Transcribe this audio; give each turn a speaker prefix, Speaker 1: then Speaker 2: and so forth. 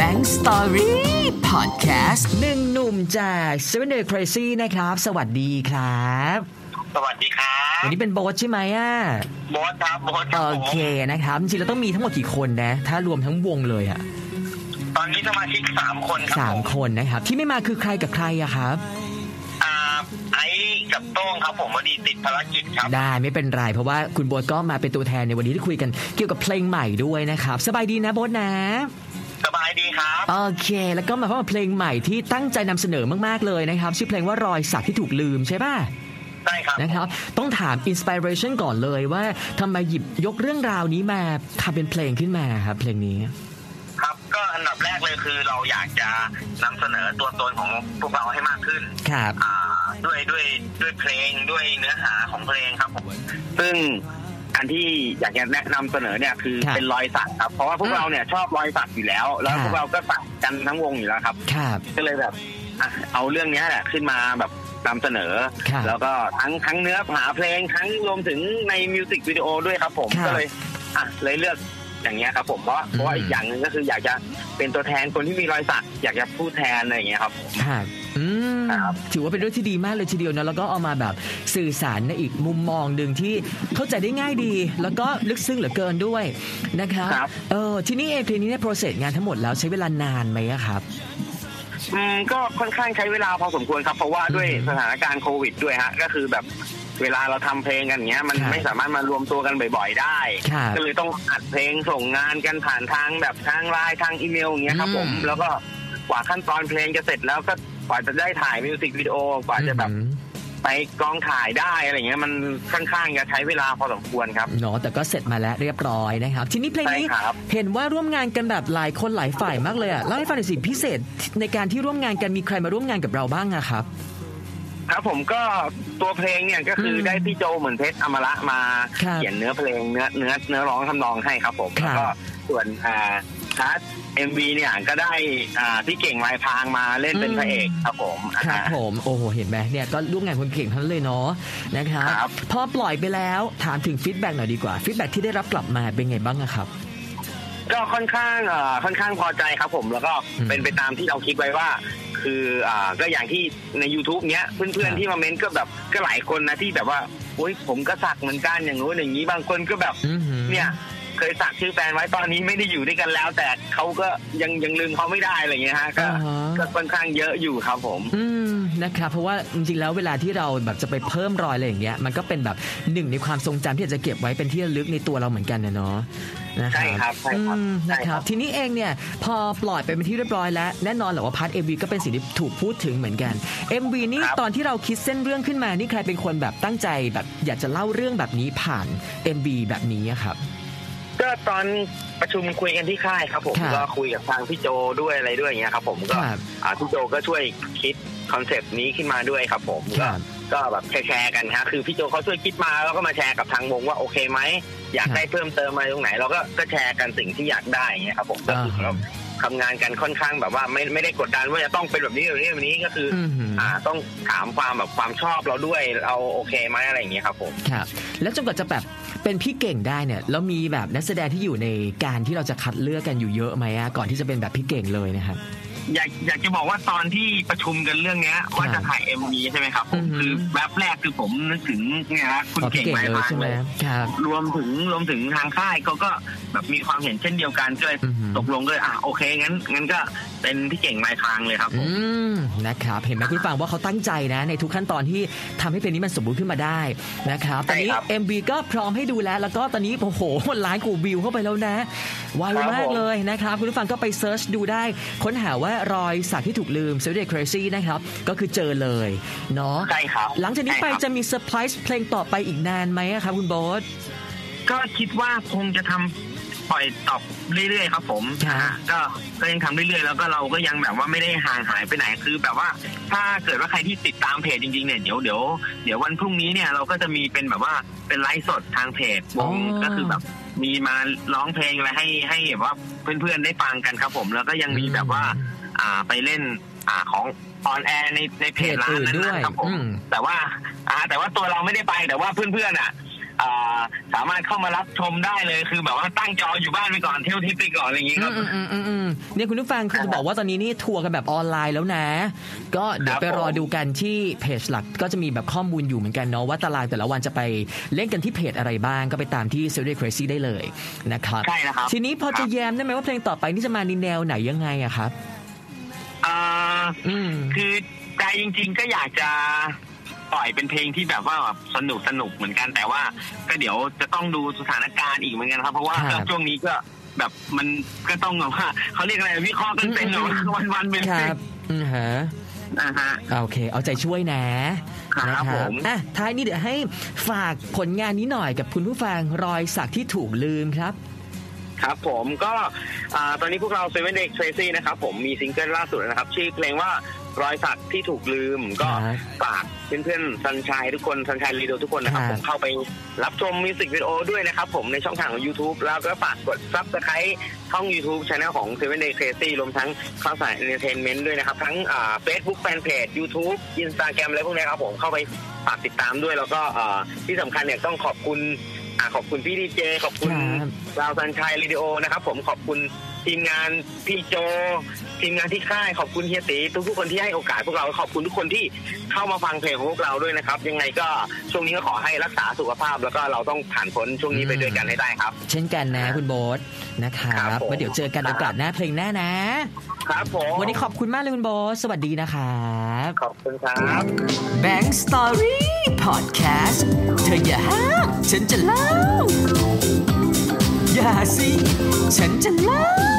Speaker 1: Bank Story Podcast
Speaker 2: หนึ่งหนุ่มจาก Seven Day Crazy นะครับ สวัสดีครับ
Speaker 3: สวัสดีครับ
Speaker 2: วันนี้เป็นโบทใช่ไหมอ่ะ
Speaker 3: โบอสครับโบอสครั
Speaker 2: โอบ
Speaker 3: ผม
Speaker 2: เคนะครับ จริงๆเราต้องมีทั้งหมดกี่คนนะ ถ้ารวมทั้งวงเลยอะ
Speaker 3: ตอนนี้สมาชิกสามคนครับ
Speaker 2: สาม
Speaker 3: ผม
Speaker 2: คนนะครับ ที่ไม่มาคือใครกับใครอะครับ
Speaker 3: อ่าไอ้กับโต้งครับผมวันนี้ติดภารกิจครับ
Speaker 2: ได้ไม่เป็นไร เพราะว่าคุณโบทก็มาเป็นตัวแทนในวันนี้ที่คุยกันเกี่ยวกับเพลงใหม่ด้วยนะครับ สบายดีนะโบทนะ
Speaker 3: สบายดีครับ
Speaker 2: โอเค แล้วก็มาพร้อมกับเพลงใหม่ที่ตั้งใจนำเสนอมากๆเลยนะครับ ชื่อเพลงว่ารอยสักที่ถูกลืมใช่ป่ะ
Speaker 3: ได้ครับ
Speaker 2: นะครับ ต้องถามอินสปิเรชันก่อนเลยว่าทำไมหยิบยกเรื่องราวนี้มาทำเป็นเพลงขึ้นมาครับเพลงนี้
Speaker 3: ครับ ก็อันดับแรกเลยคือเราอยากจะนำเสนอตัวตนของพวกเราให้มากขึ้น
Speaker 2: ครับ
Speaker 3: อ่าด้วยด้วยด้วยเพลงด้วยเนื้อหาของเพลงครับผมซึ่งอันที่อยากจะแนะนำเสนอเนี่ยคือ
Speaker 2: ครับ
Speaker 3: เป็นรอยสักครับ เพราะว่าพว
Speaker 2: อื
Speaker 3: ก
Speaker 2: ม
Speaker 3: เราเนี่ยชอบรอยสักอยู่แล้ว แล้ว
Speaker 2: ครับ
Speaker 3: พวกเราก็สักกันทั้งวงอยู่แล้วครับ
Speaker 2: ครับ
Speaker 3: ก็เลยแบบอ่ะเอาเรื่องเนี้ยแหละขึ้นมาแบบนำเสนอ
Speaker 2: ครับ
Speaker 3: แล้วก็ทั้งทั้งเนื้อหาเพลงทั้งรวมถึงในมิวสิกวิดีโอด้วยครับผม
Speaker 2: ครับ
Speaker 3: ก็เลยอ่ะเลยเลือกอย่างเงี้ยครับผมเพราะเพราะว่า
Speaker 2: อืม
Speaker 3: อีกอย่างหนึ่งก็คืออยากจะเป็นตัวแทนคนที่มีรอยสักอยากจะพูดแทนอะไรอย่างเงี้ยครับ
Speaker 2: ครับอืม
Speaker 3: ครับ
Speaker 2: ถือว่าเป็นเรื่องที่ดีมากเลยทีเดียวนะแล้วก็เอามาแบบสื่อสารในอีกมุมมองหนึ่งที่เข้าใจได้ง่ายดี แล้วก็ลึกซึ้งเหลือเกินด้วยนะครับ
Speaker 3: ครับ
Speaker 2: เออทีนี้เองเพลงนี้เนี่ยโปรเซสงานทั้งหมดแล้วใช้เวลานานไหมอะครับ
Speaker 3: อืมก็ค่อนข้างใช้เวลาพอสมควรครับ เพราะว่าด้วย
Speaker 2: อืม
Speaker 3: สถานการณ์โควิดด้วยฮะก็คือแบบเวลาเราทำเพลงกันอย่างเงี้ย มัน
Speaker 2: ครับ
Speaker 3: ไม่สามารถมารวมตัวกันบ่อย ๆ ได้
Speaker 2: ครับ
Speaker 3: ก็เลยต้องอัดเพลงส่งงานกันผ่านทางแบบทางไลน์ทางอีเมลอย่างเงี้ยครับ ผม
Speaker 2: อืม
Speaker 3: แล้วก็กว่าขั้นตอนเพลงจะเสร็จแล้วก็กว่าจะได้ถ่ายมิวสิกวิดีโอกว่าจะแบบ
Speaker 2: อืม
Speaker 3: ไปกองถ่ายได้อะไรเงี้ยมันค่อนข้างจะใช้เวลาพอสมควรครับ
Speaker 2: เนาะแต่ก็เสร็จมาแล้วเรียบร้อยนะครับ ทีนี้เพลงนี้
Speaker 3: ใช่ครับ
Speaker 2: เห็นว่าร่วมงานกันแบบหลายคนหลายฝ่ายมากเลยอะเล่าให้ฟังหน่อยสิพิเศษในการที่ร่วมงานกันมีใครมาร่วมงานกับเราบ้างอะครับ
Speaker 3: ครับผมก็ตัวเพลงเนี่ยก็คืออ
Speaker 2: ม
Speaker 3: ได้พี่โจเหมือนเพชรอมระมา
Speaker 2: ครับ
Speaker 3: เขียนเนื้อเพลงเนื้อเนื้อเนื้อร้องทำนองให้ครับผม
Speaker 2: ครับ
Speaker 3: แล้วก็ส่วนอ่าพาร์ทเอ็มวีเนี่ยก็ได้อ่าพี่เก่งลายพรางมาเล่นเป็น
Speaker 2: อืม
Speaker 3: พระเอกครับผม
Speaker 2: ครับ
Speaker 3: อ่า
Speaker 2: ผมโอ้โหเห็นไหมเนี่ยก็ร่วมงานคนเก่งทั้งนั้นเลยเนาะนะครับ
Speaker 3: ครับ
Speaker 2: พอปล่อยไปแล้วถามถึงฟีดแบ็กหน่อยดีกว่าฟีดแบ็กที่ได้รับกลับมาเป็นไงบ้างอะครับ
Speaker 3: ก็ค่อนข้างเอ่อค่อนข้างพอใจครับผมแล้วก็
Speaker 2: อืม
Speaker 3: เป็นไปตามที่เราคิดไว้ว่า คืออ่าก็อย่างที่ใน YouTube เนี้ยเพื่อน
Speaker 2: ครับ
Speaker 3: ๆที่มาเม้นก็แบบก็หลายคนนะที่แบบว่าโอ๊ยผมก็สักเหมือนกันอย่างนู้นอย่างนี้บางคนก็แบบ
Speaker 2: อือหือ
Speaker 3: เนี่ย เคยสักชื่อแฟนไว้ตอนนี้ไม่ได้อยู่ด้วยกันแล้ว แต่เขาก็ยังยังลืมเขาไม่ได้อะไรอย่างเงี้ยฮะก็
Speaker 2: อ่าฮะ
Speaker 3: ก็ค่อนข้างเยอะอยู่ครับผม
Speaker 2: อืมนะครับเพราะว่าจริงๆแล้วเวลาที่เราแบบจะไปเพิ่มรอยอะไรอย่างเงี้ยมันก็เป็นแบบหนึ่งในความทรงจำที่อาจจะเก็บไว้เป็นที่ระลึกในตัวเราเหมือนกันนะเนาะนะ
Speaker 3: ใช่ครับใช่ครับ
Speaker 2: อืม
Speaker 3: ใช่
Speaker 2: นะค
Speaker 3: ครั
Speaker 2: รับบ ทีนี้เองเนี่ยพอปล่อยไปเป็นที่เรียบร้อยแล้วแน่นอนแหละว่าพาร์ทเอวีก็เป็นสิ่งที่ถูกพูดถึงเหมือนกัน MV นี่
Speaker 3: ครับ
Speaker 2: ตอนที่เราคิดเส้นเรื่องขึ้นมานี่ใครเป็นคนแบบตั้งใจแบบอยากจะเล่าเรื่องแบบนี้ผ่าน MV แบบนี้อะครับ
Speaker 3: ก็ตอนประชุมคุยกันที่ค่ายครับผม
Speaker 2: ครับ
Speaker 3: ก็คุยกับทางพี่โจด้วยอะไรด้วยอย่างเงี้ยครับผมก็
Speaker 2: ครับ
Speaker 3: อ่าพี่โจก็ช่วยคิดคอนเซปต์นี้ขึ้นมาด้วยครับผม
Speaker 2: ครั
Speaker 3: ก็
Speaker 2: บ
Speaker 3: ก็แบบแชร์ๆกันฮะคือพี่โจเขาช่วยคิดมาแล้วก็มาแชร์กับทางวงว่าโอเคไหมอยา
Speaker 2: ค
Speaker 3: ก
Speaker 2: รับ
Speaker 3: ได้เพิ่มเติมอะไรตรงไหนเราก็ก็แชร์กันสิ่งที่อยากได้อย่างเงี้ยครับผมก็คือ
Speaker 2: อ่าฮะ
Speaker 3: เราทำงานกันค่อนข้างแบบว่าไม่ไม่ได้กดดันว่าจะต้องเป็นแบบนี้แบบนี้แบบนี้ก็คืออ
Speaker 2: อือหือ
Speaker 3: อ่าต้องถามความแบบความชอบเราด้วยเราโอเคไหมอะไรอย่างเงี้ยครับผม
Speaker 2: ครับแล้วจนกว่าจะแบบเป็นพี่เก่งได้เนี่ยแล้วมีแบบนักแสดงที่อยู่ในการที่เราจะคัดเลือกกันอยู่เยอะไหมอะก่อนที่จะเป็นแบบพี่เก่งเลยนะครับ
Speaker 3: อยากอยากจะบอกว่าตอนที่ประชุมกันเรื่องเนี้ยว่าจะถ่ายเอ็มวีใช่ไหมครับผม
Speaker 2: อือฮึ
Speaker 3: คือแวบแรกคือผมนึกถึงเนี่ยนะคุณ
Speaker 2: อ๋อพี่
Speaker 3: เก่งไม้
Speaker 2: เลย
Speaker 3: พาง
Speaker 2: ใช่ไหม
Speaker 3: เลย
Speaker 2: ครับ
Speaker 3: รวมถึงรวมถึงทางค่ายเขาก็แบบมีความเห็นเช่นเดียวกันก็เลย
Speaker 2: อือฮึ
Speaker 3: ตกลงเลยอ่ะโอเคงั้นงั้นก็เป็นพี่เก่งไม้พางเลยครับผ
Speaker 2: อื
Speaker 3: ม
Speaker 2: มนะครับเห็นไหมคุณฟังว่าเขาตั้งใจนะ ในทุกขั้นตอนที่ทำให้เพลงนี้มันสมบูรณ์ขึ้นมาได้นะครับตอนนี้
Speaker 3: ใช่ครับ
Speaker 2: MV ก็พร้อมให้ดูแล้ว แล้วก็ตอนนี้โอ้โหล้านกูวิวเข้าไปแล้วนะไว
Speaker 3: ครับ
Speaker 2: มาก
Speaker 3: ผม
Speaker 2: เลยนะครับ คุณผู้ฟังก็ไปเซิร์ชดูได้ ค้นหาว่ารอยสักที่ถูกลืม s e v e Day Crazy นะครับ ก็คือเจอเลยเนาะ
Speaker 3: ใช่ครับ
Speaker 2: หลังจากนี้ไป
Speaker 3: ใช่ครับ
Speaker 2: จะมีเซอร์ไพรส์เพลงต่อไปอีกนานไหมอะครับคุณโบ๊ท
Speaker 3: ก็คิดว่าคงจะทำปล่อยตอบเรื่อยๆครับผม
Speaker 2: ครับ
Speaker 3: อ่าก็ก็ยังทำเรื่อยๆแล้วก็เราก็ยังแบบว่าไม่ได้ห่างหายไปไหนคือแบบว่า ถ้าเกิดว่าใครที่ติดตามเพจจริงๆเนี่ยเดี๋ยวเดี๋ยวเดี๋ยววันพรุ่งนี้เนี่ยเราก็จะมีเป็นแบบว่าเป็นไลฟ์สดทางเพจวง
Speaker 2: อ๋อ
Speaker 3: ก็คือแบบมีมาร้องเพลงอะไรให้ให้แบบว่าเพื่อนๆได้ฟังกันครับผม แล้วก็ยังมี
Speaker 2: อืม
Speaker 3: แบบว่า อ่าไปเล่นอ่าของออนแอร์ในในเพจร้าน
Speaker 2: เพจอื่นด้
Speaker 3: นั้
Speaker 2: วย
Speaker 3: นๆครับผ
Speaker 2: อื
Speaker 3: ม
Speaker 2: ม
Speaker 3: แต่ว่าอ่าแต่ว่าตัวเราไม่ได้ไปแต่ว่าเพื่อนๆอ่ะ อ่าสามารถเข้ามารับชมได้เลยคือแบบว่าตั้งจออยู่บ้านไปก่อนเที่ยวทิพย์ไปก่อนอะไรอย่างงี้ครับ
Speaker 2: อืมอืมอืมอืมเนี่ยคุณผู้ฟังคือจะบอกว่าตอนนี้นี่ทัวร์กันแบบออนไลน์แล้วนะ ก็เดี๋ยวไปรอดูกันที่เพจหลักก็จะมีแบบข้อมูลอยู่เหมือนกันเนาะว่าตารางแต่ละวันจะไปเล่นกันที่เพจอะไรบ้างก็ไปตามที่ s e r i e s Crazy ได้เลยนะครับ
Speaker 3: ใช่แล้วครับ
Speaker 2: ทีนี้พอจะแยมได้ไหมว่าเพลงต่อไปนี่จะมาในแนวไหนยังไงอะครับ
Speaker 3: อ่า
Speaker 2: อืม
Speaker 3: คือใจจริงๆก็อยากจะปล่อยเป็นเพลงที่แบบว่าแบบสนุกสนุกเหมือนกันแต่ว่า ก็เดี๋ยวจะต้องดูสถานการณ์อีกเหมือนกันครับ เพราะว่า
Speaker 2: ครับ
Speaker 3: ช่วงนี้ก็แบบมันก็ต้องแบบว่าเขาเรียกอะไรวิเคราะห์กันเป็น
Speaker 2: อืม
Speaker 3: วันวันๆเป็น
Speaker 2: ครับอืมฮะ
Speaker 3: นะฮะ
Speaker 2: โอเค เอาใจช่วยนะครับนะ
Speaker 3: ผม
Speaker 2: อ่ะท้ายนี้เดี๋ยวให้ฝากผลงานนี้หน่อยกับคุณผู้ฟังรอยสักที่ถูกลืมครับ
Speaker 3: ครับผมก็อ่าตอนนี้พวกเราเซเว่นเด็กเทรซี่นะครับผมมีซิงเกิลล่าสุดนะครับ ชื่อเพลงว่ารอยสักที่ถูกลืมก็
Speaker 2: ครับ
Speaker 3: ฝากเพื่อนๆสันชายทุกคนสันชายรีโดทุกคนนะครับ
Speaker 2: ครับ
Speaker 3: ผมเข้าไปรับชมมิวสิกวิดีโอด้วยนะครับผมในช่องทางของ YouTube แล้วก็ฝากกดซับสไครต์ช่อง YouTube ช anel ของ Seven Day Crazy รวมทั้งข่าวสารเอนเตอร์เทนเมนต์ด้วยนะครับ ทั้งอ่า Facebook Fanpage YouTube Instagram อะไรพวกนี้ครับผมเข้าไปฝากติดตามด้วย แล้วก็อ่าที่สำคัญเนี่ยต้องขอบคุณอ่าขอบคุณพี่ดีเจขอบคุณ
Speaker 2: ครับ
Speaker 3: ราวสันชัยรีดิโอนะครับผมขอบคุณทีมงานพี่โจ ทีมงานที่ค่ายขอบคุณเฮียตีทุกๆคนที่ให้โอกาสพวกเราขอบคุณทุกคนที่เข้ามาฟังเพลงของพวกเราด้วยนะครับ ยังไงก็ช่วงนี้ก็ขอให้รักษาสุขภาพ แล้วก็เราต้องผ่านพ้นช่วงนี้ไปด้วยกันให้ได้ครับ
Speaker 2: เช่นกันนะคุณโบ๊ทนะครั
Speaker 3: ครับ บผม
Speaker 2: ไว้เดี๋ยวเจอกันโอกาสหน้าเพลงหน้านะ
Speaker 3: ครับผม
Speaker 2: วันนี้ขอบคุณมากเลยคุณโบ๊ทสวัสดีนะครับ
Speaker 3: ขอบคุณครับ
Speaker 1: Bang Story Podcast เธออย่าห้ามฉันจะเล่า อย่าสิ ฉันจะเล่า